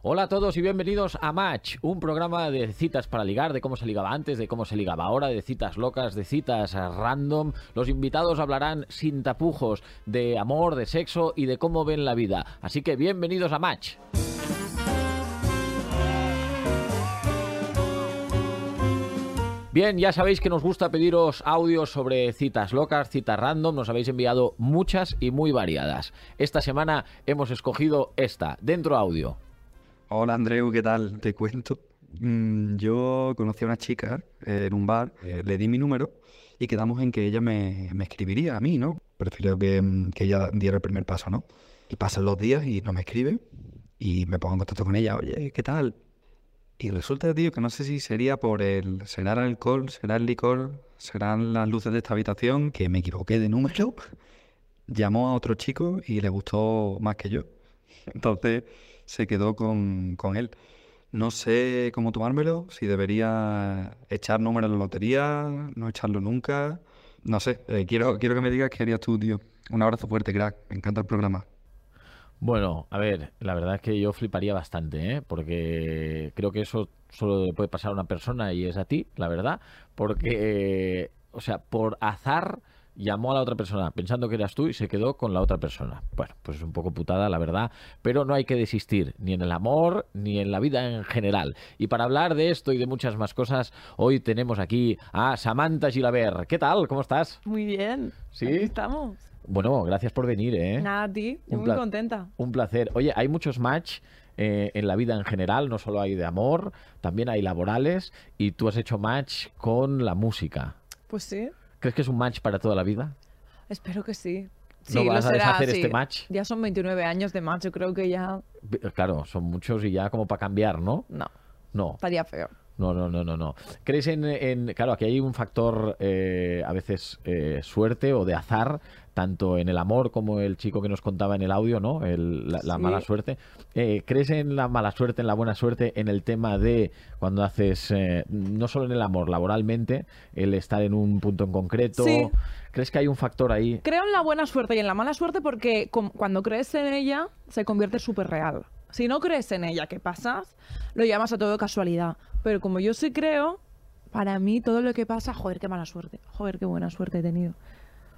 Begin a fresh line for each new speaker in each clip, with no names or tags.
Hola a todos y bienvenidos a Match, un programa de citas para ligar, de cómo se ligaba antes, de cómo se ligaba ahora, de citas locas, de citas random. Los invitados hablarán sin tapujos de amor, de sexo y de cómo ven la vida. Así que bienvenidos a Match. Bien, ya sabéis que nos gusta pediros audios sobre citas locas, citas random, nos habéis enviado muchas y muy variadas. Esta semana hemos escogido esta, dentro audio.
Hola Andreu, ¿qué tal? Te cuento. Mm, Yo conocí a una chica eh, en un bar, eh, le di mi número y quedamos en que ella me, me escribiría a mí, ¿no? Prefiero que, mm, que ella diera el primer paso, ¿no? Y pasan los días y no me escribe y me pongo en contacto con ella, oye, ¿qué tal? Y resulta, tío, que no sé si sería por el... ¿Será el alcohol? ¿Será el licor? ¿Serán las luces de esta habitación? Que me equivoqué de número. Llamó a otro chico y le gustó más que yo. Entonces se quedó con, con él. No sé cómo tomármelo, si debería echar números en la lotería, no echarlo nunca. No sé, eh, quiero, quiero que me digas qué harías tú, tío. Un abrazo fuerte, crack. Me encanta el programa.
Bueno, a ver, la verdad es que yo fliparía bastante, ¿eh? porque creo que eso solo le puede pasar a una persona y es a ti, la verdad, porque, eh, o sea, por azar llamó a la otra persona pensando que eras tú y se quedó con la otra persona. Bueno, pues es un poco putada, la verdad, pero no hay que desistir, ni en el amor, ni en la vida en general. Y para hablar de esto y de muchas más cosas, hoy tenemos aquí a Samantha Gilaber. ¿Qué tal? ¿Cómo estás?
Muy bien.
Sí.
Aquí estamos.
Bueno, gracias por venir, ¿eh?
Nada, a ti. Yo
Un
muy
pla-
contenta.
Un placer. Oye, hay muchos match eh, en la vida en general, no solo hay de amor, también hay laborales, y tú has hecho match con la música.
Pues sí.
¿Crees que es un match para toda la vida?
Espero que sí. Sí,
¿No
lo
vas a
será,
deshacer
sí.
este match?
Ya son 29 años de match. Yo creo que ya.
B- Claro, son muchos y ya como para cambiar, ¿no?
No,
No,
estaría feo.
no, no, no, no. no. ¿Crees en, en- Claro, aquí hay un factor eh, a veces eh, suerte o de azar, tanto en el amor como el chico que nos contaba en el audio, ¿no? El- la, la
Sí.
mala suerte. Eh, ¿Crees en la mala suerte, en la buena suerte, en el tema de cuando haces, eh, no solo en el amor, laboralmente, el estar en un punto en concreto?
Sí.
¿Crees que hay un factor ahí?
Creo en la buena suerte y en la mala suerte porque com- cuando crees en ella se convierte súper real. Si no crees en ella, ¿qué pasas? Lo llamas a todo casualidad. Pero como yo sí creo, para mí todo lo que pasa, joder, qué mala suerte. Joder, qué buena suerte he tenido.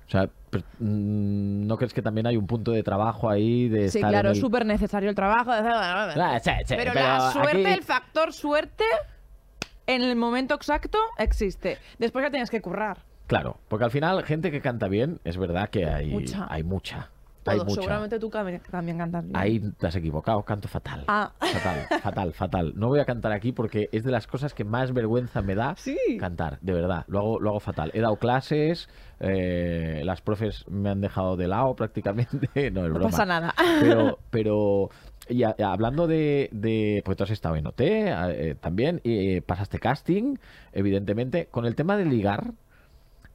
O sea, pero, mm, ¿no crees que también hay un punto de trabajo ahí de
Sí,
estar
claro,
en
es
el-
súper necesario el trabajo.
Ah, sí, sí,
pero,
pero
la suerte,
aquí-
el factor suerte, en el momento exacto existe. Después ya tienes que currar.
Claro, porque al final gente que canta bien, es verdad que hay
Mucha.
hay mucha. hay
Todo.
mucha.
Seguramente tú cam- también cantas bien.
Ahí te has equivocado, canto fatal.
Ah.
Fatal, fatal, fatal. No voy a cantar aquí porque es de las cosas que más vergüenza me da
Sí.
cantar, de verdad. Lo hago, lo hago fatal. He dado clases, eh, las profes me han dejado de lado prácticamente. No, es
No
broma.
pasa nada.
Pero, pero y a- hablando de, de. Pues tú has estado en OT eh, también, y, eh, pasaste casting, evidentemente. Con el tema de ligar,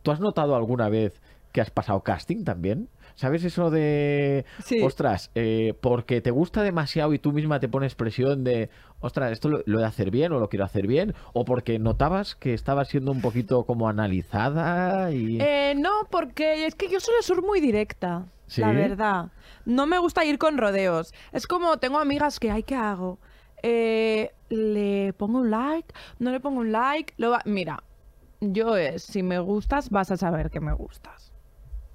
¿tú has notado alguna vez que has pasado casting también? ¿Sabes eso de.
Sí.
Ostras, eh, porque te gusta demasiado y tú misma te pones presión de. Ostras, esto lo, lo he de hacer bien o lo quiero hacer bien. O porque notabas que estabas siendo un poquito como analizada y.
Eh, no, porque es que yo suelo ser muy directa,
¿Sí?
la verdad. No me gusta ir con rodeos. Es como tengo amigas que, ay, ¿qué hago? Eh, ¿Le pongo un like? ¿No le pongo un like? Lo va- Mira, yo es, si me gustas, vas a saber que me gustas.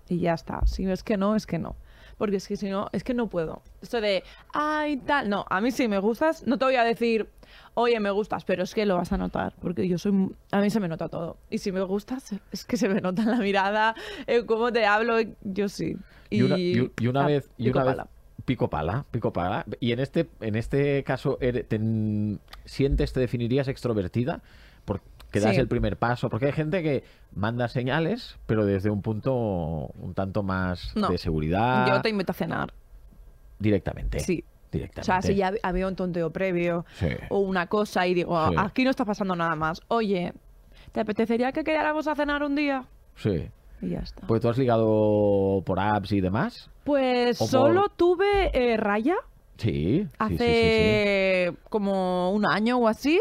Y ya está. Si es que no, es que no. Porque es que si no, es que no puedo. Esto de, ay, tal. No, a mí si me gustas, no te voy a decir, oye, me gustas, pero es que lo vas a notar. Porque yo soy. mu- A mí se me nota todo. Y si me gustas, es que se me nota en la mirada, en cómo te hablo. Yo sí.
Y una, y- y una
ah,
vez, y
pico
una vez-
pala.
pico pala, pico pala. Y en este, en este caso, ere- te, en- ¿sientes, te definirías extrovertida? Porque das
Sí.
el primer paso. Porque hay gente que manda señales, pero desde un punto un tanto más
No.
de seguridad.
Yo te invito a cenar.
Directamente.
Sí.
Directamente.
O sea, si ya Oh. hab- había un tonteo previo
Sí.
o una cosa y digo,
Sí.
aquí no está pasando nada más. Oye, ¿te apetecería que quedáramos a cenar un día?
Sí.
Y ya está.
Pues tú has ligado por apps y demás.
Pues
O por-
solo tuve eh, raya
Sí. sí, sí, sí, sí.
hace como un año o así.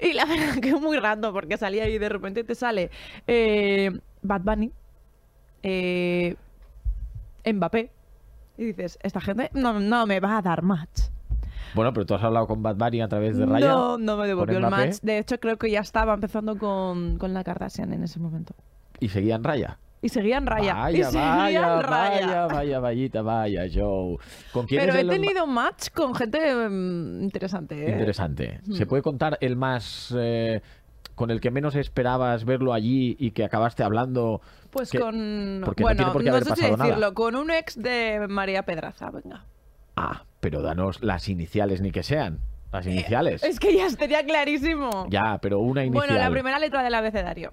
Y la verdad que es muy random porque salía y de repente te sale eh, Bad Bunny, eh, Mbappé. Y dices, esta gente no, no me va a dar match.
Bueno, pero tú has hablado con Bad Bunny a través de Raya.
No, no me devolvió el
Mbappé?
match. De hecho, creo que ya estaba empezando con, con la Kardashian en ese momento.
Y seguían Raya.
Y seguían Raya. y
Vaya,
seguían
vaya,
Raya.
vaya, vaya, vallita, vaya, Joe. ¿Con quién
Pero
es
he
el ma-
tenido match con gente mm, interesante. ¿eh?
Interesante. ¿Se
Hmm.
puede contar el más... eh, con el que menos esperabas verlo allí y que acabaste hablando?
Pues
que-
con.
porque no tiene
Bueno,
por qué
no,
haber
sé si
pasado nada.
decirlo. Con un ex de María Pedraza, venga.
Ah, pero danos las iniciales, ni que sean. Las iniciales.
Eh, Es que ya estaría clarísimo.
Ya, pero una inicial
bueno, la primera letra del abecedario.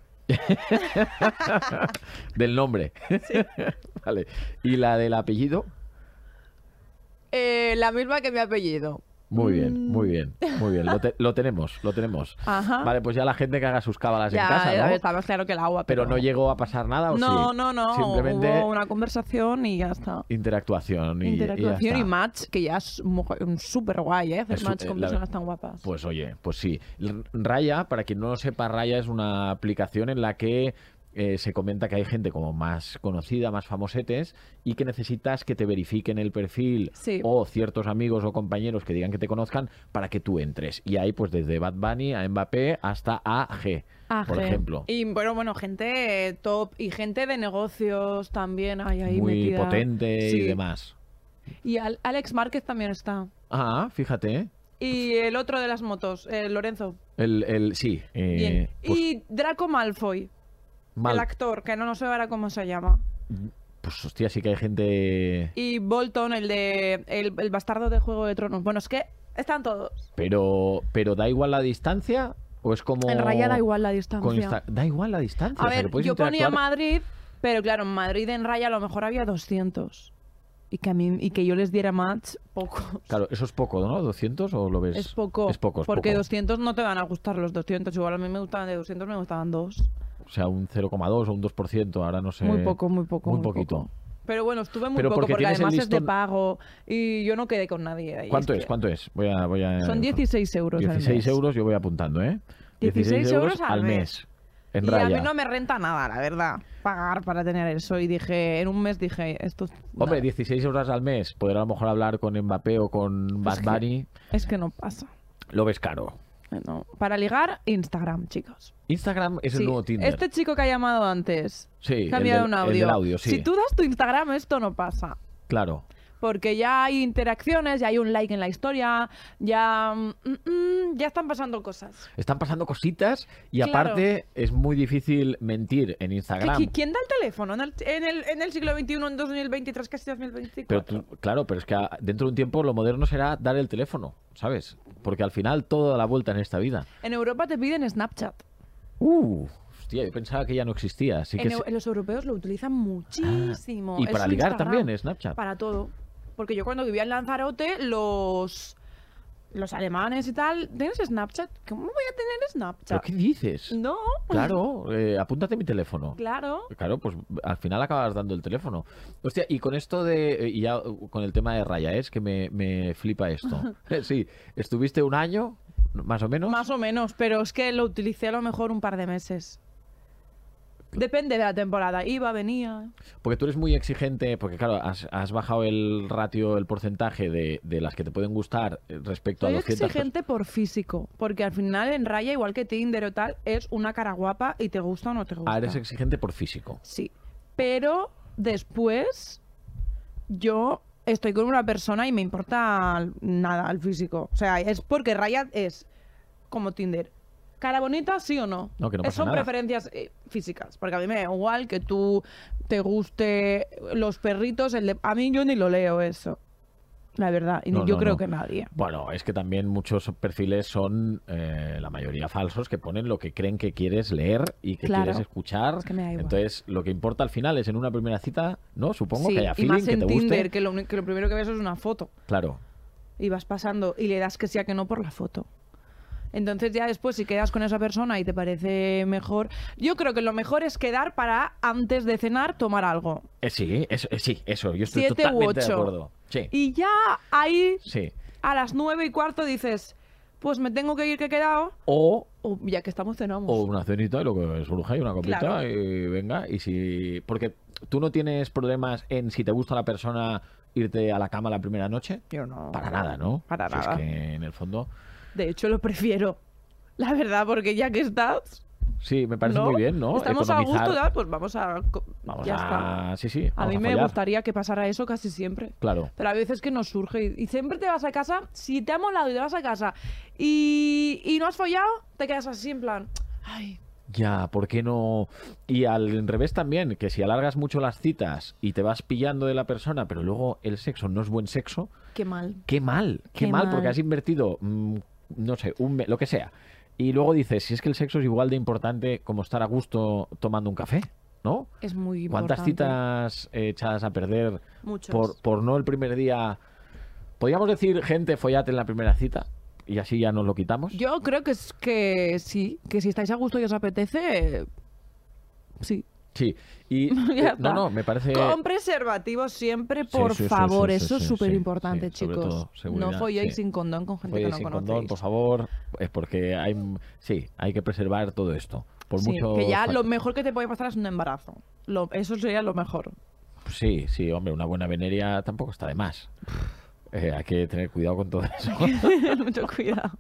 del nombre. vale. ¿Y la del apellido?
Eh, la misma que mi apellido.
Muy bien,
Mm.
muy bien, muy bien. Lo, te- lo tenemos, lo tenemos.
Ajá.
Vale, pues ya la gente que haga sus cábalas
ya
en casa, ¿no?
está más claro que el agua.
Pero
Pero,
no llegó a pasar nada, ¿o sí?
No, no, no.
Simplemente
Hubo una conversación y ya está.
interactuación y, y ya
Interactuación y,
está.
match, que ya es súper guay, ¿eh? Hacer
Es su-
match
eh,
con
la-
personas tan guapas.
Pues oye, pues sí. L- Raya, para quien no lo sepa, Raya es una aplicación en la que eh, se comenta que hay gente como más conocida, más famosetes, y que necesitas que te verifiquen el perfil
Sí.
o ciertos amigos o compañeros que digan que te conozcan para que tú entres. Y ahí pues desde Bad Bunny a Mbappé hasta AG,
Ah,
por
je.
ejemplo.
Y bueno, bueno, gente eh, top y gente de negocios también hay ahí
Muy
metida.
potente y
Sí.
demás.
Y Al- Alex Márquez también está.
Ah, fíjate. ¿eh?
Y el otro de las motos, eh, Lorenzo.
El, el, sí. eh,
Bien.
pues,
y Draco Malfoy,
mal-
el actor, que no, no sé ahora cómo se llama.
pues hostia, sí que hay gente...
Y Bolton, el de el, el bastardo de Juego de Tronos. Bueno, es que están todos.
Pero, pero da igual la distancia o es como...
En Raya da igual la
con
distancia.
Insta- Da igual la distancia.
A
o sea, que
ver,
Oh, puedes
yo ponía
interactuar-
Madrid, pero claro, en Madrid en Raya a lo mejor había 200. Y que, a mí, y que yo les diera match, poco.
Claro, eso es poco, ¿no? ¿200 o lo ves?
Es poco.
Es poco, es
porque
poco.
200 no te van a gustar los 200. Igual a mí me gustaban de 200, me gustaban dos.
O sea, un 0,2 o un 2%, ahora no sé.
Muy poco, muy poco.
Muy
Muy,
poquito.
poco. Pero bueno, estuve muy
Pero
poco
porque
porque,
tienes el
además es de
listón-
pago y yo no quedé con nadie. ahí,
¿Cuánto es?
que
¿Cuánto es? Voy a, voy a-
Son 16 euros. al
16
mes.
euros, yo voy apuntando, ¿eh?
16 euros al
al mes.
mes.
En
y
raya.
a mí no me renta nada, la verdad, pagar para tener eso. Y dije, en un mes dije, esto. es-
Hombre,
nada,
16 euros al mes. Poder a lo mejor hablar con Mbappé o con Bad
Es que-
Bunny.
es que no pasa.
Lo ves caro.
No. Para ligar, Instagram, chicos.
Instagram es
Sí,
el nuevo Tinder.
Este chico que ha llamado antes,
sí, el
cambia
del-
un audio.
El del audio, sí.
Si tú das tu Instagram, esto no pasa.
Claro.
Porque ya hay interacciones, ya hay un like en la historia, ya, mm, mm, ya están pasando cosas.
Están pasando cositas y
Claro.
aparte es muy difícil mentir en
¿Qui-
Instagram.
qui- ¿Quién da el teléfono en el, en el- en el siglo XXI, en 2023, casi 2024?
Pero tú- claro, pero es que a- dentro de un tiempo lo moderno será dar el teléfono, ¿sabes? Porque al final todo da la vuelta en esta vida.
En Europa te piden Snapchat.
Uh, hostia, yo pensaba que ya no existía, así que
En
sí. Ah,
eu- Los europeos lo utilizan muchísimo.
y
Es
para
su
ligar
Instagram.
también Snapchat.
Para todo. Porque yo cuando vivía en Lanzarote, los... Los alemanes y tal, ¿tienes Snapchat? ¿Cómo voy a tener
¿Pero
Snapchat? Mm.
qué dices?
No.
Claro, eh, apúntate mi teléfono.
Claro.
Claro, pues al final acabas dando el teléfono. Hostia, y con esto de. eh, Y ya uh, con el tema de Raya, ¿eh? es que me, me flipa esto. Eh, sí, estuviste un año, más o menos.
Más o menos, pero es que lo utilicé a lo mejor un par de meses. Depende de la temporada. Iba, venía.
Porque tú eres muy exigente, porque claro, has, has bajado el ratio, el porcentaje de, de las que te pueden gustar eh, respecto
Soy
a 200. pers-
exigente por físico, porque al final en raya, igual que Tinder o tal, es una cara guapa y te gusta o no te gusta.
Ah, eres exigente por físico.
Sí. Pero después yo estoy con una persona y me importa nada el físico. O sea, es porque Raya es como Tinder. Cara bonita, sí o no.
No, que no
Es-
pasa
Son
nada.
preferencias eh, físicas. Porque a mí me da igual que tú te guste los perritos. El de... A mí yo ni lo leo eso. La verdad. Y
No,
yo
no,
creo
no.
que nadie.
Bueno, es que también muchos perfiles son eh, la mayoría falsos que ponen lo que creen que quieres leer y que
Claro.
quieres escuchar.
Es que me da igual.
Entonces, lo que importa al final es en una primera cita, ¿no? Supongo
Sí,
que haya
y
feeling
más
que
en
te
Tinder,
guste.
que lo, único- que lo primero que ves es una foto.
Claro.
y vas pasando y le das que sí a que no por la foto. Entonces ya después si quedas con esa persona y te parece mejor, yo creo que lo mejor es quedar para antes de cenar tomar algo.
Eh, sí, eso, eh, sí, eso. Yo estoy
Siete u
totalmente de
ocho.
acuerdo. Sí,
Y ya ahí
sí.
a las nueve y cuarto dices, pues me tengo que ir que he quedado,
O
o ya que estamos cenamos.
O una cenita y lo que es bruja y una copita
Claro.
y venga. Y si. Porque tú no tienes problemas en si te gusta la persona irte a la cama la primera noche?
Yo no.
Para nada, ¿no?
Para
Si es
nada.
que en el fondo.
De hecho, lo prefiero. La verdad, porque ya que estás.
Sí, me parece
¿no?
muy bien, ¿no?
Estamos a
Economizar-
gusto, tal, pues vamos a. co-
Vamos
ya
a...
está.
Sí, sí.
A
vamos
mí me
follar.
gustaría que pasara eso casi siempre.
Claro.
Pero a veces que no surge. Y, y siempre te vas a casa. Si te ha molado y te vas a casa y, y no has follado, te quedas así en plan. Ay,
Ya, ¿por qué no? Y al revés también, que si alargas mucho las citas y te vas pillando de la persona, pero luego el sexo no es buen sexo,
qué mal.
qué mal, qué,
Qué
mal, porque
mal.
has invertido, mm, no sé, un me- lo que sea. Y luego dices, si es que el sexo es igual de importante como estar a gusto tomando un café, ¿no?
Es muy importante.
¿Cuántas citas eh, echadas a perder
Muchos.
por, por no el primer día? Podríamos decir, gente, follate en la primera cita y así ya nos lo quitamos.
Yo creo que es que sí, que si estáis a gusto y os apetece, eh, sí.
Sí, y eh,
Ya
no,
está.
no, me parece...
Con preservativos siempre,
Sí,
por
sí, sí,
favor,
sí, sí,
eso es
sí,
súper
sí,
importante,
sí, sobre
chicos.
todo, seguridad,
no folléis
sí.
sin condón con gente
Oye,
que no
pues, sin
conocéis.
condón, por favor, es porque hay sí, hay que preservar todo esto. Por
Sí,
mucho
que ya
fa-
lo mejor que te puede pasar es un embarazo. Lo- eso sería lo mejor.
Sí, sí, hombre, una buena veneria tampoco está de más. Eh, hay que tener cuidado con todo eso.
Mucho cuidado.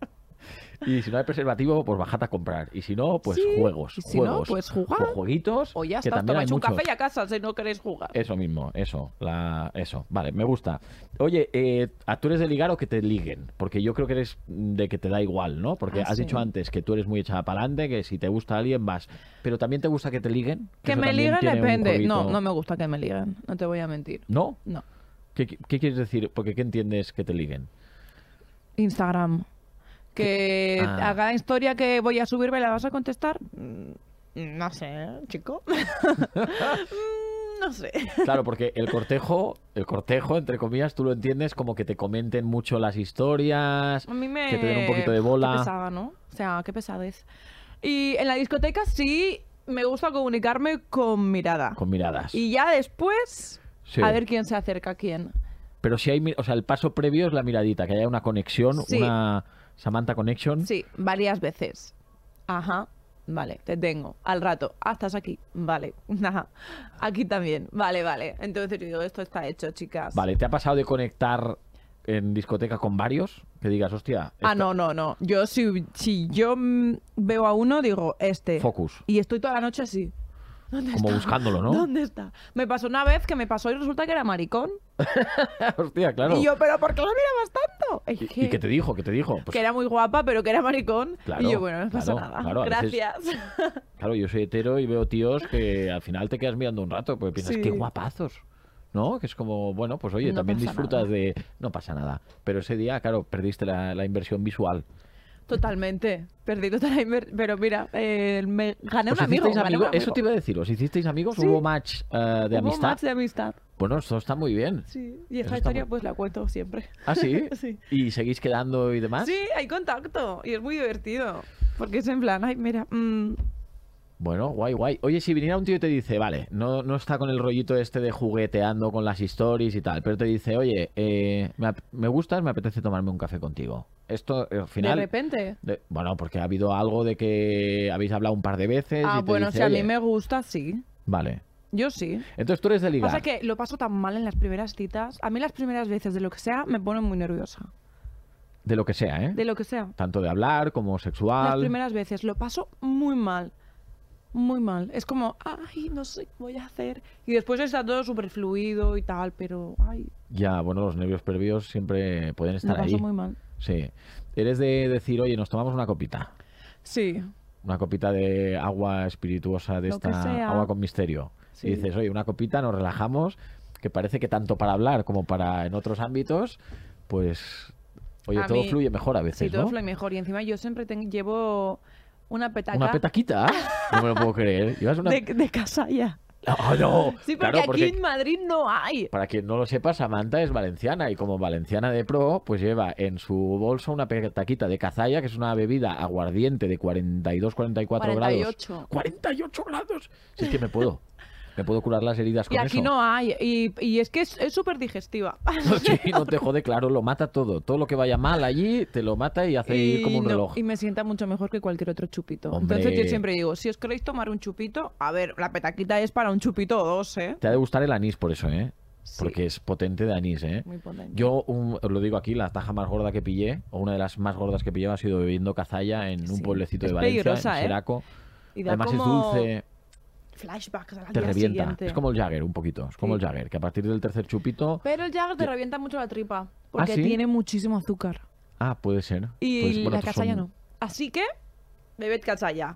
y si no hay preservativo, pues bajad a comprar. Y si no, pues
Sí,
juegos.
y si no,
juegos.
pues jugar.
O jueguitos.
O ya
que
está,
también hay
tomáis un
muchos. Eh,
café y a casa si no queréis jugar.
Eso mismo, eso, la, eso. Vale, me gusta. Oye, eh, ¿a tú eres de ligar o que te liguen? Porque yo creo que eres de que te da igual, ¿no? Porque
Ah,
has
sí.
dicho antes que tú eres muy echada para adelante, que si te gusta alguien vas. Pero también te gusta que te liguen.
que
eso
me
también
liguen
tiene un
depende. No,
jueguito.
no me gusta que me liguen, no te voy a mentir.
¿No?
No.
¿Qué, qué quieres decir? Porque ¿qué entiendes que te liguen?
Instagram. Que
Ah.
a cada historia que voy a subir me la vas a contestar. Mm, No sé, chico. Mm, no sé.
Claro, porque el cortejo, el cortejo, entre comillas, tú lo entiendes como que te comenten mucho las historias.
A mí me.
Que te den un poquito de bola.
Qué pesada, ¿no? O sea, qué pesadez. Y en la discoteca sí me gusta comunicarme con mirada.
Con miradas.
Y ya después,
Sí.
a ver quién se acerca a quién.
Pero si hay, mi- o sea, el paso previo es la miradita, que haya una conexión,
Sí.
una Samantha Connection.
Sí, varias veces. Ajá, vale, te tengo. Al rato, ah, estás aquí. Vale, ajá. Aquí también. Vale, vale. Entonces yo digo, esto está hecho, chicas.
Vale, ¿te ha pasado de conectar en discoteca con varios? Que digas, hostia,
Ah,
esta-
no, no, no. Yo si, si yo mm, veo a uno, digo, este.
Focus.
Y estoy toda la noche así. ¿Dónde
Como
está?
buscándolo, ¿no?
¿Dónde está? Me pasó una vez que me pasó y resulta que era maricón.
hostia, claro.
Y yo, ¿pero por qué lo mirabas tanto? Es
¿Y- ¿Y qué te dijo? ¿Qué te dijo? Pues,
que era muy guapa, pero que era maricón.
Claro,
y yo, bueno, no pasa
claro,
nada.
claro, a veces-
Gracias.
Claro, yo soy hetero y veo tíos que al final te quedas mirando un rato porque piensas,
Sí.
qué guapazos. ¿No? Que es como, bueno, pues oye,
No
también
pasa
disfrutas
nada.
de. No pasa nada. Pero ese día, claro, perdiste la, la inversión visual.
Totalmente. Perdí total la inver- Pero mira, eh, me gané
¿Os
un amigo.
hicisteis
gané un
amigos? Eso
amigo.
te iba a decir. ¿Os hicisteis amigos?
Sí.
¿Hubo match eh, de
Hubo
amistad?
match de amistad,
Bueno, esto está muy bien.
sí. Y
Eso
esta
está
historia
muy-
pues la cuento siempre.
¿Ah, sí?
Sí.
¿Y seguís quedando y demás?
Sí, hay contacto y es muy divertido. Porque es en plan, ay, mira, mm,
Bueno, guay, guay. Oye, si viniera un tío y te dice, vale, no, no está con el rollito este de jugueteando con las stories y tal, pero te dice, oye, eh, me, ap- me gustas, me apetece tomarme un café contigo. Esto, eh, al final...
de repente.
de- bueno, porque ha habido algo de que habéis hablado un par de veces. y
Ah,
te
bueno,
dice,
si a mí
"Oye".
me gusta, sí.
Vale.
Yo sí.
Entonces tú eres de ligar.
Pasa que lo paso tan mal en las primeras citas. A mí las primeras veces de lo que sea me pone muy nerviosa.
De lo que sea, ¿eh?
De lo que sea.
Tanto de hablar como
Las
sexual.
primeras veces lo paso muy mal. Muy mal. Es como, ay, no sé qué voy a hacer. Y después está todo súper fluido y tal, pero, ay,
Ya, bueno, los nervios previos siempre pueden
lo
estar
paso
ahí.
muy mal.
Sí. Eres de decir, oye, nos tomamos una copita.
Sí,
una copita de agua espirituosa de
Lo que
esta
sea.
agua con misterio.
Sí.
Y dices, oye, una copita, nos relajamos, que parece que tanto para hablar como para en otros ámbitos, pues, oye,
A
todo
mí-
fluye mejor a
sí,
veces,
todo
¿no?
fluye mejor. Y encima yo siempre ten- llevo una petaca,
Una petaquita, no me lo puedo creer. Llevas una...
De, de casa ya.
¡Oh, no!
Sí, porque
Claro,
aquí
porque-
en Madrid no hay.
Para quien no lo sepa, Samantha es valenciana y como valenciana de pro, pues lleva en su bolso una petaquita de cazalla, que es una bebida aguardiente de 42, 44 grados.
48.
48 grados. Si es que me puedo. Me puedo curar las heridas con
Y aquí
eso.
no hay. Y, y es que es es súper digestiva.
Sí, no te jode, claro, lo mata todo. Todo lo que vaya mal allí, te lo mata y hace ir como un
no-
reloj.
y me sienta mucho mejor que cualquier otro chupito.
Hombre.
Entonces yo siempre digo, si os queréis tomar un chupito, a ver, la petaquita es para un chupito o dos, ¿eh?
Te ha de gustar el anís por eso, ¿eh?
Sí,
porque es potente de anís, ¿eh?
muy potente.
Yo un- os lo digo aquí, la taja más gorda que pillé, o una de las más gordas que pillé, ha sido bebiendo cazalla en un
Sí.
pueblecito
Es
de Valencia,
peligrosa,
en
¿eh?
Seraco.
Y da
Además
como
es dulce,
Flashbacks al
te
día
revienta.
siguiente.
Es como el Jagger, un poquito. Es como
Sí.
el Jagger, que a partir del tercer chupito...
Pero el Jagger te revienta mucho la tripa. Porque
Ah, sí?
tiene muchísimo azúcar.
Ah, puede ser.
Y
Pues, bueno,
la
estos
casalla
son
no. Así que, bebed casalla.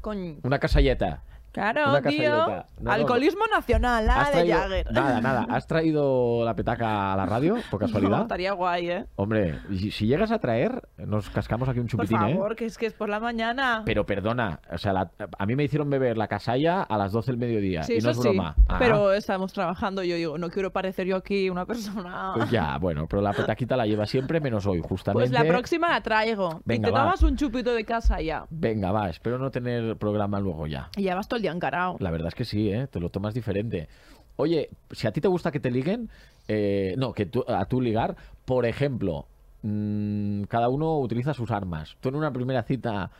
Con...
Una casalleta.
Claro,
una
tío.
casalleta. No, no,
Alcoholismo nacional,
¿Has
nada de
traído-
Jagger.
Nada, nada. ¿Has traído la petaca a la radio, por
No,
casualidad?
estaría guay, ¿eh?
Hombre, y si llegas a traer, nos cascamos aquí un
Por
chupitín, ¿eh?
favor, que es que es por la mañana.
Pero perdona, o sea, la- a mí me hicieron beber la casalla a las 12 del mediodía.
sí,
y
eso
no es broma.
sí.
Ah,
Pero estamos trabajando. Yo digo, no quiero parecer yo aquí una persona.
pues ya, bueno, pero la petaquita la lleva siempre, menos hoy, justamente.
Pues la próxima la traigo.
Venga,
y te
va.
tomas un chupito de casa ya.
Venga, va, espero no tener programa luego ya.
Y ya vas todo el día encarao.
La verdad es que sí, ¿eh? Te lo tomas diferente. Oye, si a ti te gusta que te liguen, eh, no, que tú- a tú ligar, por ejemplo, mm, cada uno utiliza sus armas. ¿Tú en una primera cita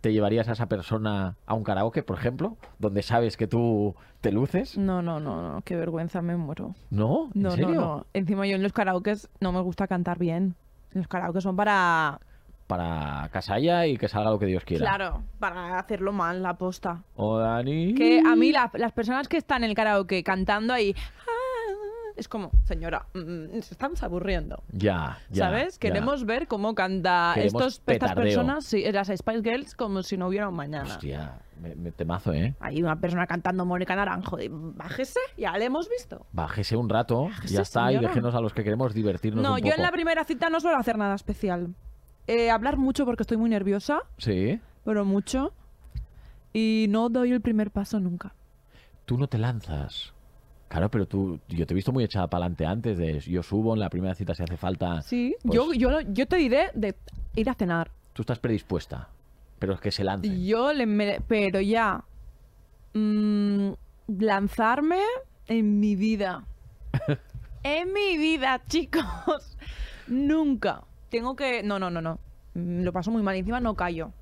te llevarías a esa persona a un karaoke, por ejemplo, donde sabes que tú te luces?
No, no, no, no. Qué vergüenza, me muero.
No, ¿en
Mm. No, no,
serio?
no. Encima yo en los karaokes no me gusta cantar bien. Los karaokes son para...
Para Casalla y que salga lo que Dios quiera.
Claro, para hacerlo mal, la posta.
O Dani.
Que a mí la- las personas que están en el karaoke cantando ahí... "Ah", Es como, señora, mm, se están aburriendo.
Ya, ya.
¿Sabes?
ya.
Queremos ver cómo canta
Queremos
estos, estas
petardeo.
personas, sí, las Spice Girls, como si no hubiera un mañana.
Hostia, me, me temazo, ¿eh?
Hay una persona cantando Mónica Naranjo. y bájese, ya le hemos visto.
Bájese un rato,
Bájese,
ya está, y
señora.
déjenos a los que queremos divertirnos
No,
un
yo en
poco.
la primera cita no suelo hacer nada especial. Eh, hablar mucho porque estoy muy nerviosa,
Sí.
pero mucho. Y no doy el primer paso nunca.
Tú no te lanzas. Claro, pero tú, yo te he visto muy echada para adelante antes de yo subo en la primera cita si hace falta.
Sí,
Pues-
yo, yo, lo- yo te diré de ir a cenar.
Tú estás predispuesta, pero es que se lance.
Yo le... me- pero ya... mm, lanzarme en mi vida. en mi vida, chicos. Nunca. Tengo que... No, no, no, no. Mm, Lo paso muy mal. Y encima no callo.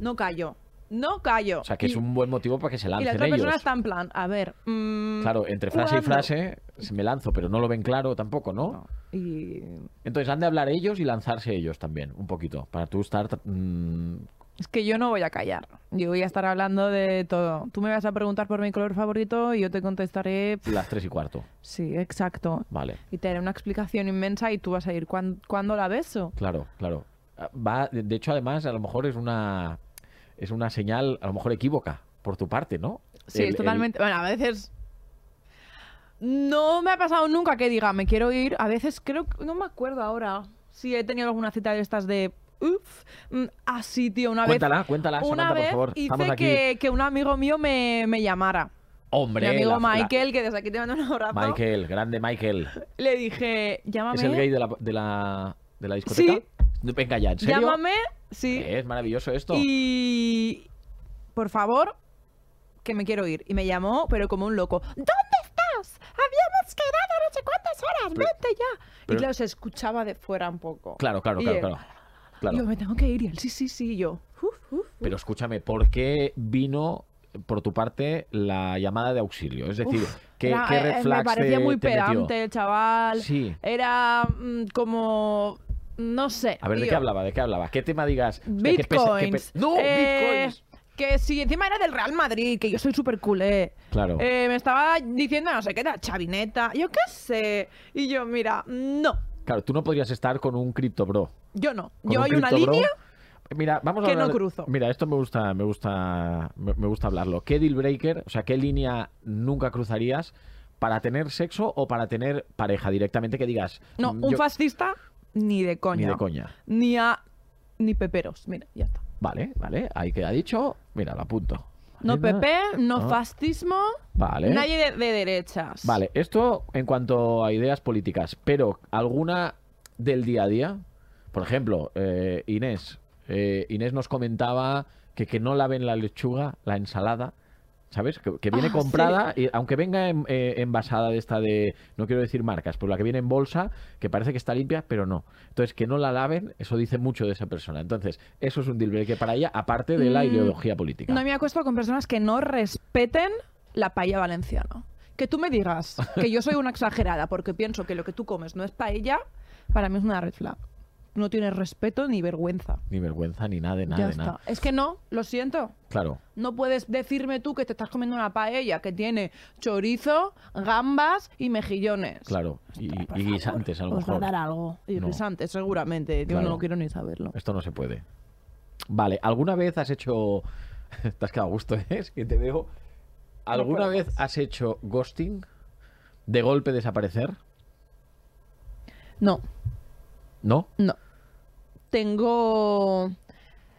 No callo. No callo.
O sea, que
Y-
es un buen motivo para que se
Y la
lancen
otra persona
ellos.
está en plan, a ver. mm,
Claro, entre frase y
¿cuándo?
frase se me lanzo, pero no lo ven claro tampoco, ¿no?
No, Y
Entonces han de hablar ellos y lanzarse ellos también, un poquito, para tú estar... tra- mm,
es que yo no voy a callar. Yo voy a estar hablando de todo. Tú me vas a preguntar por mi color favorito y yo te contestaré. pff,
las tres y cuarto,
Sí, exacto.
vale.
Y te haré una explicación inmensa y tú vas a ir. ¿Cuándo, cuándo la beso?
Claro, claro. Ah, Va, de de hecho, además, a lo mejor es una es una señal, a lo mejor equívoca por tu parte, ¿no?
Sí,
El-
es
el-
totalmente. Bueno, a veces. No me ha pasado nunca que diga, me quiero ir. A veces creo que. No me acuerdo ahora si he tenido alguna cita de estas de. Uf, mm, así, tío, una vez.
Cuéntala, cuéntala,
Una
Samantha,
vez
por favor. Estamos
hice
aquí.
que, que un amigo mío me, me llamara.
Hombre,
Mi amigo
la- la-
Michael, que desde aquí te mando un abrazo.
Michael, grande Michael.
Le dije, llámame.
¿Es el gay de la, de la, de la discoteca?
Sí.
No, Venga ya, ¿en serio?
Llámame, sí.
Es maravilloso esto.
Y por favor, que me quiero ir. Y me llamó, pero como un loco. ¿Dónde estás? Habíamos quedado no sé cuántas horas, vente ya.
pero-
y claro, se escuchaba de fuera un poco.
Claro, claro,
y
claro,
él,
claro.
Y yo
claro.
me tengo que ir. Y él, sí, sí, sí. Y yo, uf, uf.
Pero escúchame, ¿por qué vino por tu parte la llamada de auxilio? Es decir, ¿qué,
Era-
qué
eh,
red
Me
flags
parecía
te-
muy
te metió?
pedante el chaval.
Sí.
Era mm, como. No sé.
A ver, ¿de
tío.
qué hablaba? ¿De qué hablaba? ¿Qué tema digas? Hostia, qué pesa- qué
Bitcoins.
pe- ¡No!
Eh,
¡Bitcoins!
Que si encima era del Real Madrid, que yo soy súper culé.
Claro.
Eh, me estaba diciendo, no sé qué, era chavineta. Yo qué sé. Y yo, mira, no.
Claro, tú no podrías estar con un cripto bro.
Yo no.
Con
Yo
un
hay una
cripto bro-
línea.
Mira, vamos a
que no
hablar-
cruzo.
Mira, esto me gusta, me gusta, me, me gusta hablarlo. ¿Qué deal breaker, o sea, qué línea nunca cruzarías para tener sexo o para tener pareja directamente que digas?
No,
mm,
un
yo-
fascista ni de coña.
Ni de coña.
Ni a. Ni peperos. Mira, ya está.
Vale, vale, ahí queda dicho. Mira, lo apunto.
No
Vale,
pepe, no
Ah.
fascismo.
Vale.
Nadie de, de derechas.
Vale, esto en cuanto a ideas políticas, pero alguna del día a día, por ejemplo, eh, Inés, eh, Inés nos comentaba que, que no laven la lechuga, la ensalada, ¿sabes? Que, que viene
Ah,
comprada, y aunque venga en- eh, envasada de esta de, no quiero decir marcas, pero la que viene en bolsa, que parece que está limpia, pero no. Entonces, que no la laven, eso dice mucho de esa persona. Entonces, eso es un deal breaker para ella, aparte de la
Mm,
ideología política.
No me acuesto con personas que no respeten la paella valenciana. que tú me digas que yo soy una exagerada porque pienso que lo que tú comes no es paella, para mí es una red flag. No tienes respeto ni vergüenza.
Ni vergüenza, ni nada de nada,
ya
de
está.
nada.
Es que no, lo siento.
Claro.
No puedes decirme tú que te estás comiendo una paella que tiene chorizo, gambas y mejillones.
Claro, y,
Ostras, por
y
favor,
guisantes a lo
os va
mejor.
dar algo. Y
No.
guisantes, seguramente. Yo
Claro.
no quiero ni saberlo.
Esto no se puede. Vale, ¿alguna vez has hecho... Te has quedado a gusto, ¿eh? Es que te veo. ¿Alguna
puedo
vez
más.
has hecho ghosting? ¿De golpe desaparecer?
No,
¿No?
no. Tengo.
O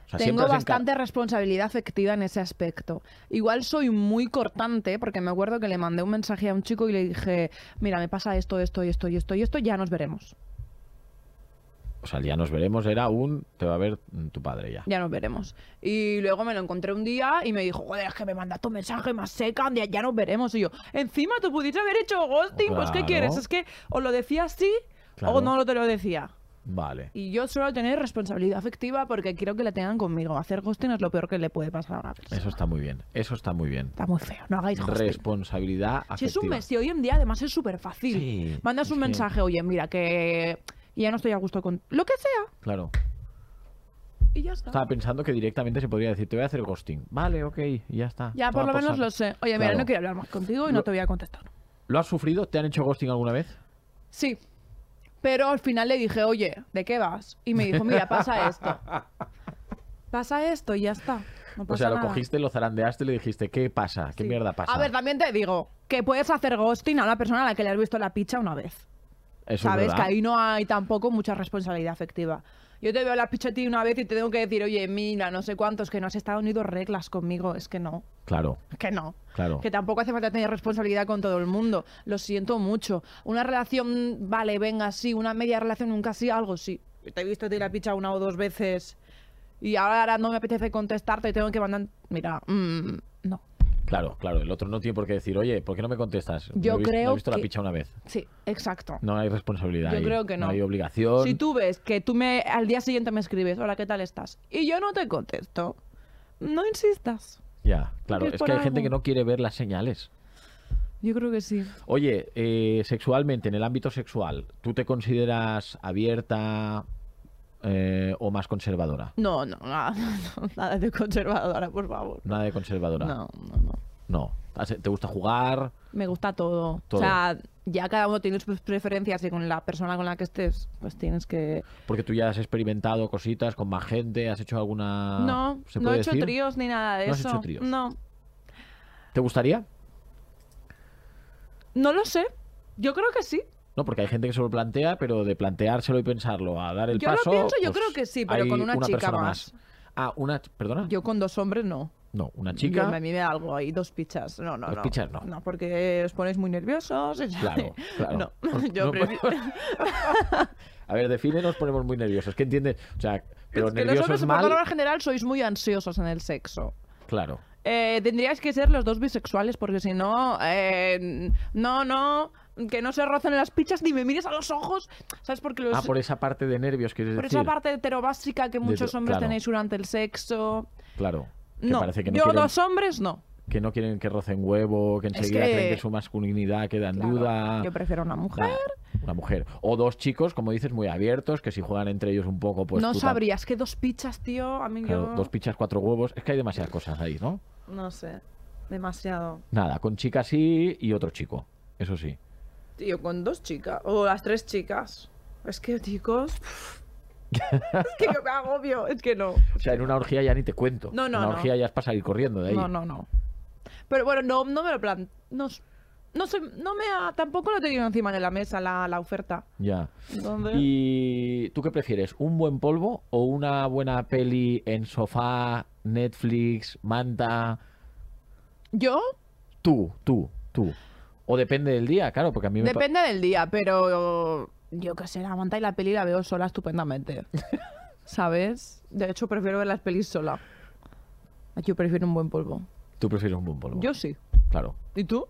sea, siempre
Tengo
has enca-
bastante responsabilidad afectiva en ese aspecto. Igual soy muy cortante, porque me acuerdo que le mandé un mensaje a un chico y le dije, mira, me pasa esto, esto, y esto, y esto, y esto, ya nos veremos.
O sea, ya nos veremos, era un... Te va a ver mm, tu padre ya.
Ya nos veremos. Y luego me lo encontré un día y me dijo, joder, es que me mandas tu mensaje más seca, de ya nos veremos. Y yo, encima tú pudiste haber hecho ghosting, pues ¿qué
Claro.
quieres? Es que o lo decía así
Claro.
o no lo te lo decía.
Vale.
Y yo suelo tener responsabilidad afectiva porque quiero que la tengan conmigo. Hacer ghosting es lo peor que le puede pasar a una persona.
Eso está muy bien. Eso está muy bien.
Está muy feo, no hagáis ghosting.
Responsabilidad afectiva.
Si es un mes, y hoy en día además es súper fácil.
Sí,
Mandas
es
un
que-
mensaje, oye, mira, que ya no estoy a gusto con lo que sea,
Claro.
y ya está.
Estaba pensando que directamente se podría decir, te voy a hacer ghosting. Vale, ok, y ya está.
Ya
Toma
por lo menos
saco.
lo sé. Oye, mira,
Claro.
no quiero hablar más contigo y
Lo-
no te voy a contestar.
¿Lo has sufrido? ¿Te han hecho ghosting alguna vez?
Sí. Pero al final le dije, oye, ¿de qué vas? Y me dijo, mira, pasa esto. Pasa esto y ya está. No
O
pasa
sea, lo
nada.
cogiste, lo zarandeaste y le dijiste, ¿qué pasa? ¿Qué
Sí.
mierda pasa?
A ver, también te digo que puedes hacer ghosting a una persona a la que le has visto la picha una vez.
Eso es
¿Sabes?
verdad.
Que ahí no hay tampoco mucha responsabilidad afectiva. Yo te veo la picha a ti una vez y te tengo que decir, oye, mira, no sé cuántos, que no has estado unido reglas conmigo. Es que no,
Claro,
es que no.
claro.
Que tampoco hace falta tener responsabilidad con todo el mundo. Lo siento mucho. Una relación, vale, venga, sí. Una media relación, nunca sí, algo sí. Te he visto a ti la picha una o dos veces y ahora, ahora no me apetece contestarte y tengo que mandar... Mira, mm, no.
Claro, claro. El otro no tiene por qué decir, oye, ¿por qué no me contestas?
Yo
No he visto- no
creo
he visto la
que-
picha una vez.
Sí, exacto.
No hay responsabilidad.
Yo
ahí.
creo que no.
hay obligación.
Si tú ves que tú me al día siguiente me escribes, hola, ¿qué tal estás? Y yo no te contesto, no insistas.
Ya, claro.
es
Es
por
que hay gente
algo.
que no quiere ver las señales.
Yo creo que sí.
Oye, eh, sexualmente, en el ámbito sexual, ¿tú te consideras abierta eh, o más conservadora?
No, no, nada, no, nada de conservadora, por favor.
Nada de conservadora.
No, no, no.
No. ¿Te gusta jugar?
Me gusta todo.
Todo.
O sea, ya cada uno tiene sus preferencias y con la persona con la que estés, pues tienes que...
Porque tú ya has experimentado cositas con más gente, has hecho alguna...
no,
Ah, ¿Se
no
puede
he hecho
decir?
tríos ni nada de
No has
eso.
hecho tríos.
No,
¿Te gustaría?
no lo sé. Yo creo que sí.
No, porque hay gente que se lo plantea, pero de planteárselo y pensarlo a dar el
Yo lo
paso.
pienso, yo
pues,
creo que sí, pero
hay
con una chica
persona
más.
Ah, una. ¿Perdona?
Yo con dos hombres no.
No, una
Yo,
chica.
a mí me da algo ahí, dos pichas. No, no,
Dos
no.
pichas, no.
No, porque os ponéis muy nerviosos. y-
Claro, claro.
No,
Os-
yo
no
prefiero-
podemos- A ver, define, nos ponemos muy nerviosos. ¿Qué entiendes? O sea, pero
es que los
nerviosos
hombres,
mal.
por norma general, sois muy ansiosos en el sexo.
Claro.
Eh, tendríais que ser los dos bisexuales, porque si no, eh, no, no, que no se rocen las pichas ni me mires a los ojos. ¿Sabes? Porque los,
Ah, por esa parte de nervios, quieres
por
decir.
esa parte heterobásica
De
que muchos
to-
hombres
claro.
tenéis durante el sexo.
Claro. Que
no,
parece que no,
yo
quieren,
dos hombres no.
que no quieren que rocen huevo, que enseguida
que-
creen que su masculinidad queda en
Claro,
duda.
Yo prefiero una mujer.
Nada, Una mujer. O dos chicos, como dices, muy abiertos, que si juegan entre ellos un poco, pues.
no
tú tam-
sabrías que dos pichas, tío. A mí
Claro,
yo...
Dos pichas, cuatro huevos. Es que hay demasiadas cosas ahí, ¿no?
No sé, demasiado.
Nada, con chica sí y otro chico. Eso sí.
Tío, con dos chicas, o las tres chicas. Es que, chicos... es que yo me agobio, es que no.
O sea, en una orgía ya ni te cuento.
No, no,
En una
no.
orgía ya es para salir corriendo de ahí.
No, no, no. Pero bueno, no, no me lo plan... No, s- no sé, no me ha... Tampoco lo he tenido encima de la mesa la, la oferta.
Ya.
Entonces...
¿Y tú qué prefieres? ¿Un buen polvo o una buena peli en sofá, Netflix, manta?
Yo,
Tú, tú, tú. O depende del día, claro, porque a mí me... pa-
depende del día, pero... Yo qué sé, la manta y la peli la veo sola estupendamente. ¿Sabes? De hecho, prefiero ver las pelis sola. Yo prefiero un buen polvo.
Tú prefieres un buen polvo.
Yo sí.
Claro.
¿Y tú?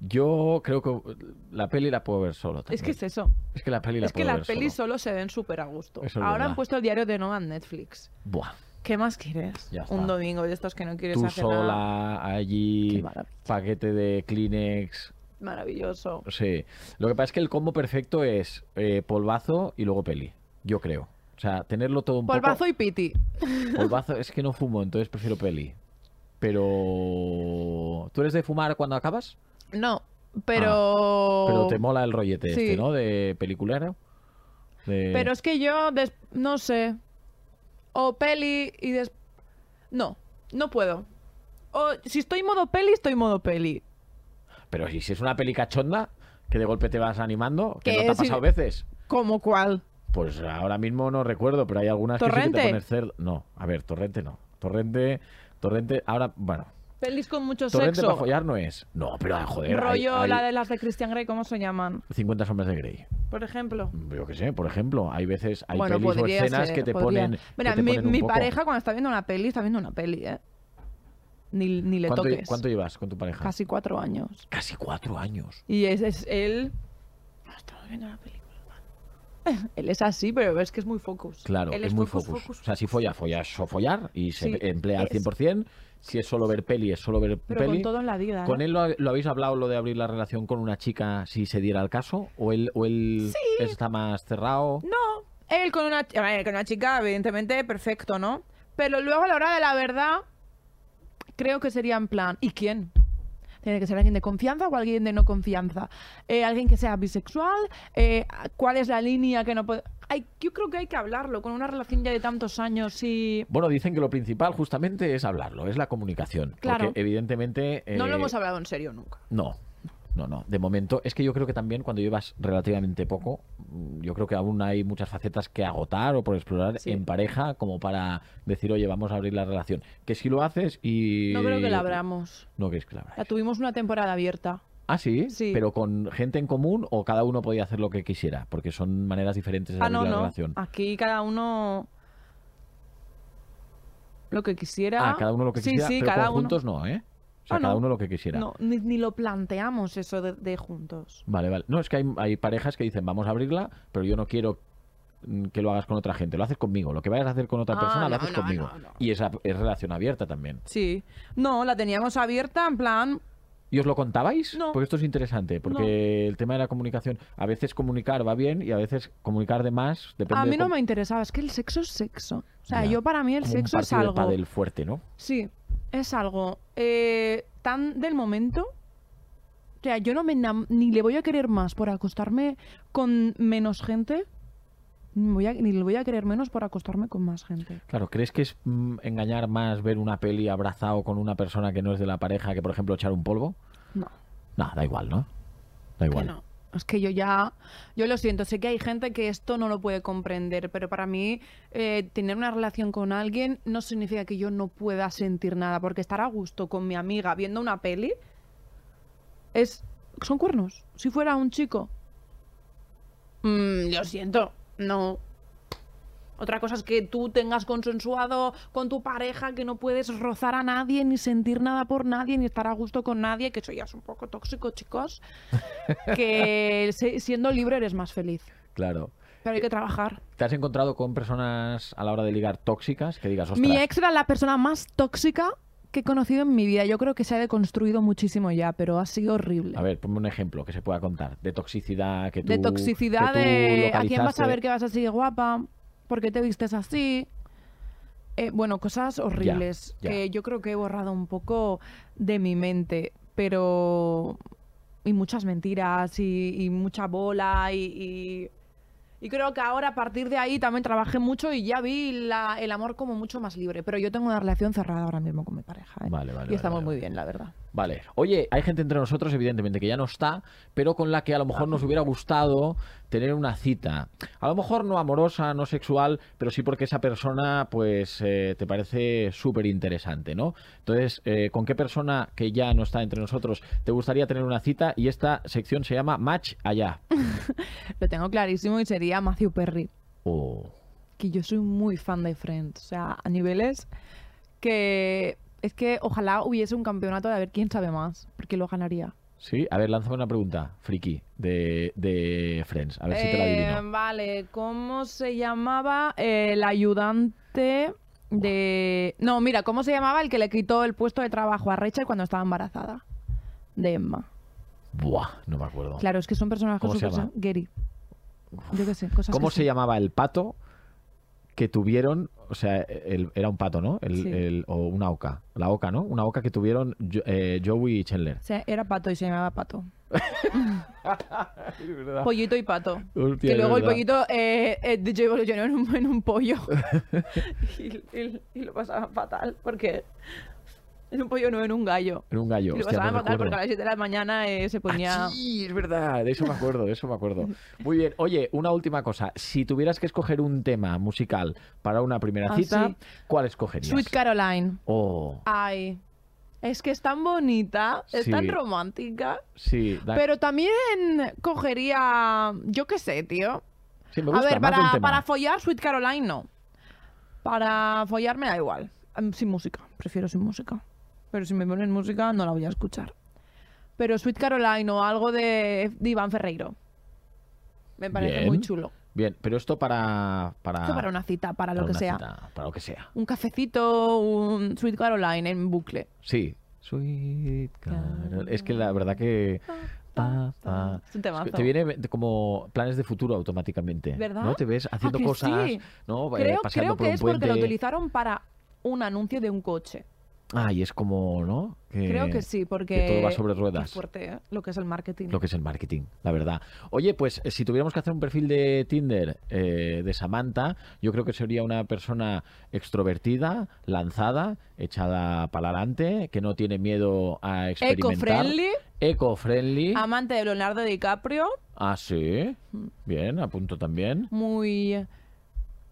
Yo creo que uh, la peli la puedo ver solo.
Es
también.
que es eso.
Es que la peli la
Es que
puedo ver
las pelis
solo.
solo se ven súper a gusto.
Eso es
Ahora
verdad.
han puesto el diario de Noah en Netflix.
Buah.
¿Qué más quieres?
Ya está.
Un domingo de estos que no quieres
Tú
hacer
sola,
nada.
allí,
Qué maravilla.
paquete de Kleenex,
maravilloso.
Sí. Lo que pasa es que el combo perfecto es eh, polvazo y luego peli, yo creo. O sea, tenerlo todo un
Polvazo
poco...
y piti.
Polvazo es que no fumo, entonces prefiero peli. Pero... ¿Tú eres de fumar cuando acabas?
No, pero...
Ah, Pero te mola el rollete
Sí.
este, ¿no? De peliculero. De-
Pero es que yo, des- no sé. O peli y des... No, no puedo. O si estoy en modo peli, estoy en modo peli.
Pero si si es una peli cachonda, que de golpe te vas animando, que
Que
no te ha
es ir-
pasado veces.
¿Cómo cuál?
Pues ahora mismo no recuerdo, pero hay algunas que sí que te
¿Torrente?
pones cerdo. No, a ver, torrente no. Torrente, torrente, ahora, bueno,
Pelis con mucho
torrente para
sexo.
follar no es. No, pero ah, joder. hay-
Rollo
hay
la de las de Christian Grey, ¿cómo se llaman?
50 sombras de Grey.
Por ejemplo.
Yo qué sé, por ejemplo, hay veces, hay
bueno,
pelis o
podría
escenas
ser,
que te
podría.
ponen.
Mira,
que te
mi,
ponen un
mi
poco.
pareja cuando está viendo una peli, está viendo una peli, ¿eh? Ni, ni le
¿Cuánto,
toques.
cuánto llevas con tu pareja?
Casi cuatro años.
Casi cuatro años.
Y es, es él. "Ah, Estamos viendo la película. él es así, pero es que es muy focus.
Claro,
Él
es, muy focus,
focus,
O sea, si folla, folla o follar y se
Sí,
emplea al
es-
100%. Si es solo ver peli, es solo ver
Pero
peli.
con todo en la vida. ¿eh?
¿Con él lo, ha- lo habéis hablado lo de abrir la relación con una chica si se diera el caso? ¿O él, o él está más cerrado?
No, él con una, a ver, con una chica, evidentemente, perfecto, ¿no? Pero luego a la hora de la verdad, creo que sería en plan, ¿y quién? Tiene que ser alguien de confianza o alguien de no confianza. Eh, alguien que sea bisexual. eh, ¿Cuál es la línea que no puede.? Hay, yo creo que hay que hablarlo con una relación ya de tantos años y.
Bueno, dicen que lo principal justamente es hablarlo, es la comunicación.
Claro.
Porque evidentemente...
No lo
eh,
hemos hablado en serio nunca.
No, no, no. De momento, es que yo creo que también cuando llevas relativamente poco, mm, yo creo que aún hay muchas facetas que agotar o por explorar
Sí.
en pareja como para decir, oye, vamos a abrir la relación. Que si lo haces y...
No creo que la abramos.
No crees que la abráis.
La tuvimos una temporada abierta.
Ah, ¿sí?
Sí.
pero con gente en común o cada uno podía hacer lo que quisiera, porque son maneras diferentes de
Ah,
abrir
no,
la
no.
relación.
Aquí cada uno. Lo que quisiera.
Ah, cada uno lo que
Sí,
quisiera,
Sí,
pero
cada
juntos no, ¿eh? O sea,
Ah,
cada
no.
uno lo que quisiera.
uno. No, ni, ni lo planteamos eso de, de juntos.
Vale, vale. No, es que hay, hay parejas que dicen, vamos a abrirla, pero yo no quiero mm, que lo hagas con otra gente, lo haces conmigo. Lo que vayas a hacer con otra
Ah,
persona, lo
no,
haces
no,
conmigo.
no, no.
Y esa es relación abierta también.
Sí. No, la teníamos abierta en plan.
¿Y os lo contabais?
No.
Porque esto es interesante, porque el tema de la comunicación, a veces comunicar va bien y a veces comunicar de más depende
A mí
de
no
cómo-
me interesaba, es que el sexo es sexo. O sea,
Ya.
yo para mí el
como un
sexo es
partido de
algo.
pádel fuerte, ¿no?
Sí, es algo eh, tan del momento. O sea, yo no me enam- ni le voy a querer más por acostarme con menos gente, ni, voy a- ni le voy a querer menos por acostarme con más gente.
Claro, ¿crees que es mm, engañar más ver una peli abrazado con una persona que no es de la pareja que, por ejemplo, echar un polvo?
No,
No, da igual, ¿no? Da
que
igual.
no. Es que yo ya, yo lo siento, sé que hay gente que esto no lo puede comprender, pero para mí eh, tener una relación con alguien no significa que yo no pueda sentir nada, porque estar a gusto con mi amiga viendo una peli es son cuernos. Si fuera un chico, Mm, lo siento, no. Otra cosa es que tú tengas consensuado con tu pareja que no puedes rozar a nadie, ni sentir nada por nadie, ni estar a gusto con nadie, que eso ya es un poco tóxico, chicos. que se- siendo libre eres más feliz.
Claro.
Pero hay que trabajar.
¿Te has encontrado con personas a la hora de ligar tóxicas que digas, ostras,
Mi ex era la persona más tóxica que he conocido en mi vida. Yo creo que se ha deconstruido muchísimo ya, pero ha sido horrible.
a ver, ponme un ejemplo que se pueda contar de toxicidad que tú
de toxicidad,
que tú
de a quién vas a
localizaste?
ver que vas así de guapa, por qué te vistes así. Eh, bueno, cosas horribles
ya.
que yo creo que he borrado un poco de mi mente, pero. Y muchas mentiras y, y mucha bola y. y... y creo que ahora a partir de ahí también trabajé mucho y ya vi la- el amor como mucho más libre. Pero yo tengo una relación cerrada ahora mismo con mi pareja. ¿eh?
Vale, vale,
y estamos
vale, vale.
muy bien, la verdad.
Vale. Oye, hay gente entre nosotros, evidentemente, que ya no está, pero con la que a lo mejor nos hubiera gustado tener una cita. A lo mejor no amorosa, no sexual, pero sí porque esa persona, pues, eh, te parece súper interesante, ¿no? Entonces, eh, ¿con qué persona que ya no está entre nosotros te gustaría tener una cita? Y esta sección se llama Match Allá.
Lo tengo clarísimo y sería Matthew Perry.
Oh,
que yo soy muy fan de Friends. O sea, a niveles que es que ojalá hubiese un campeonato de a ver quién sabe más, porque lo ganaría.
sí. A ver, lánzame una pregunta, friki, de, de Friends. A ver si te la
Eh,
adivino.
vale, ¿cómo se llamaba el ayudante de... No, mira, ¿cómo se llamaba el que le quitó el puesto de trabajo a Rachel cuando estaba embarazada? De Emma.
Buah, no me acuerdo.
Claro, es que son personajes
¿Cómo se
súper...
llama?
Gary. Yo qué sé, cosas
¿Cómo
que
se
sí.
llamaba el pato que tuvieron? O sea, el- era un pato, ¿no? El-
Sí.
el- o una oca. La oca, ¿no? Una oca que tuvieron Jo- eh, Joey y Chandler.
Se- era pato y se llamaba pato.
Ah.
Pollito y pato.
Hostia,
Pues, que
es
luego el
verdad.
pollito eh, eh, DJ evolucionó en un, en un pollo. y, y- y lo pasaba fatal porque en un pollo no en un gallo.
Era un
Y
gallo.
lo
hostia,
pasaba
no
fatal porque
recuerdo.
a las 7 de la mañana eh, se ponía.
Ah, sí, es verdad, de eso me acuerdo, de eso me acuerdo. Muy bien, oye, una última cosa. Si tuvieras que escoger un tema musical para una primera
Ah,
cita,
sí.
¿cuál escogerías?
Sweet Caroline.
Oh,
Ay. Es que es tan bonita, es
Sí.
tan romántica.
sí, da-
Pero también cogería. Yo qué sé, tío.
sí, me gusta
a ver,
más de un
para,
tema.
para follar, Sweet Caroline no. Para follar me da igual. Em, Sin música. Prefiero sin música. Pero si me ponen música, no la voy a escuchar. Pero Sweet Caroline o algo de, de Iván Ferreiro. Me parece
Bien.
muy chulo.
Bien, pero esto para... Para,
Esto para una cita, para, lo
para
que
una
sea.
cita, para lo que sea.
Un cafecito, un Sweet Caroline en bucle.
Sí. Sweet Carol. Es que la verdad que. Pa, pa.
Es un
Es que
temazo.
Te viene de- como planes de futuro automáticamente.
¿Verdad?
¿No? Te ves
¿A
haciendo
que
cosas,
sí?
¿no? Eh,
Creo,
Paseando
creo
por
que
un
es porque lo
puente.
utilizaron para un anuncio de un coche.
Ah, y es como, ¿no?
Creo que sí, porque...
Eh, que todo va sobre
Qué
ruedas.
fuerte, ¿eh? lo que es el marketing.
Lo que es el marketing, la verdad. Oye, pues eh, si tuviéramos que hacer un perfil de Tinder eh, de Samantha, yo creo que sería una persona extrovertida, lanzada, echada para adelante, que no tiene miedo a experimentar.
Eco-friendly,
Eco-friendly.
amante de Leonardo DiCaprio,
Ah, sí. Bien, a punto también.
muy...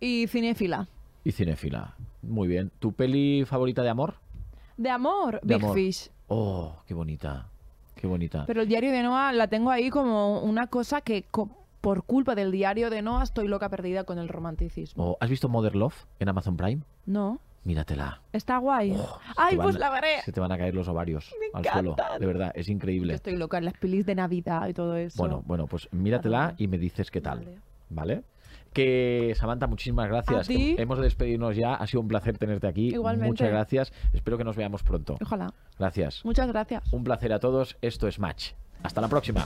y cinéfila.
Y cinéfila. Muy bien. ¿Tu peli favorita de amor?
De amor,
De
Big
amor. Ah.
Fish.
Oh, qué bonita. Qué bonita.
Pero el diario de Noah la tengo ahí como una cosa que co- por culpa del diario de Noah estoy loca perdida con el romanticismo.
Oh, ¿Has visto Mother Love en Amazon Prime?
No,
Míratela.
está guay.
Oh, se
Ay,
te van-
pues la veré.
Se te van a caer los ovarios
Me
al suelo.
encantan.
De verdad, es
Yo
increíble.
estoy loca en las pelis de Navidad y todo eso.
Bueno, bueno, pues míratela
Vale.
y me dices qué tal.
Vale.
¿Vale? Que Samantha, muchísimas gracias.
ti.
Hemos de despedirnos ya. Ha sido un placer tenerte aquí.
Igualmente.
Muchas gracias. Espero que nos veamos pronto.
Ojalá.
Gracias.
Muchas gracias.
Un placer a todos. Esto es Match. Hasta la próxima.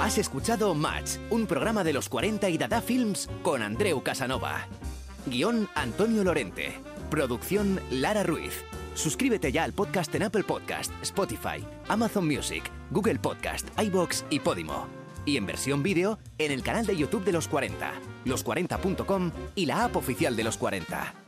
Has escuchado Match, un programa de los 40 y Dada Films con Andreu Casanova. Guión Antonio Lorente. Producción Lara Ruiz. Suscríbete ya al podcast en Apple Podcast, Spotify, Amazon Music, Google Podcast, iBox y Podimo. Y en versión vídeo en el canal de YouTube de los 40, los40.com y la app oficial de los 40.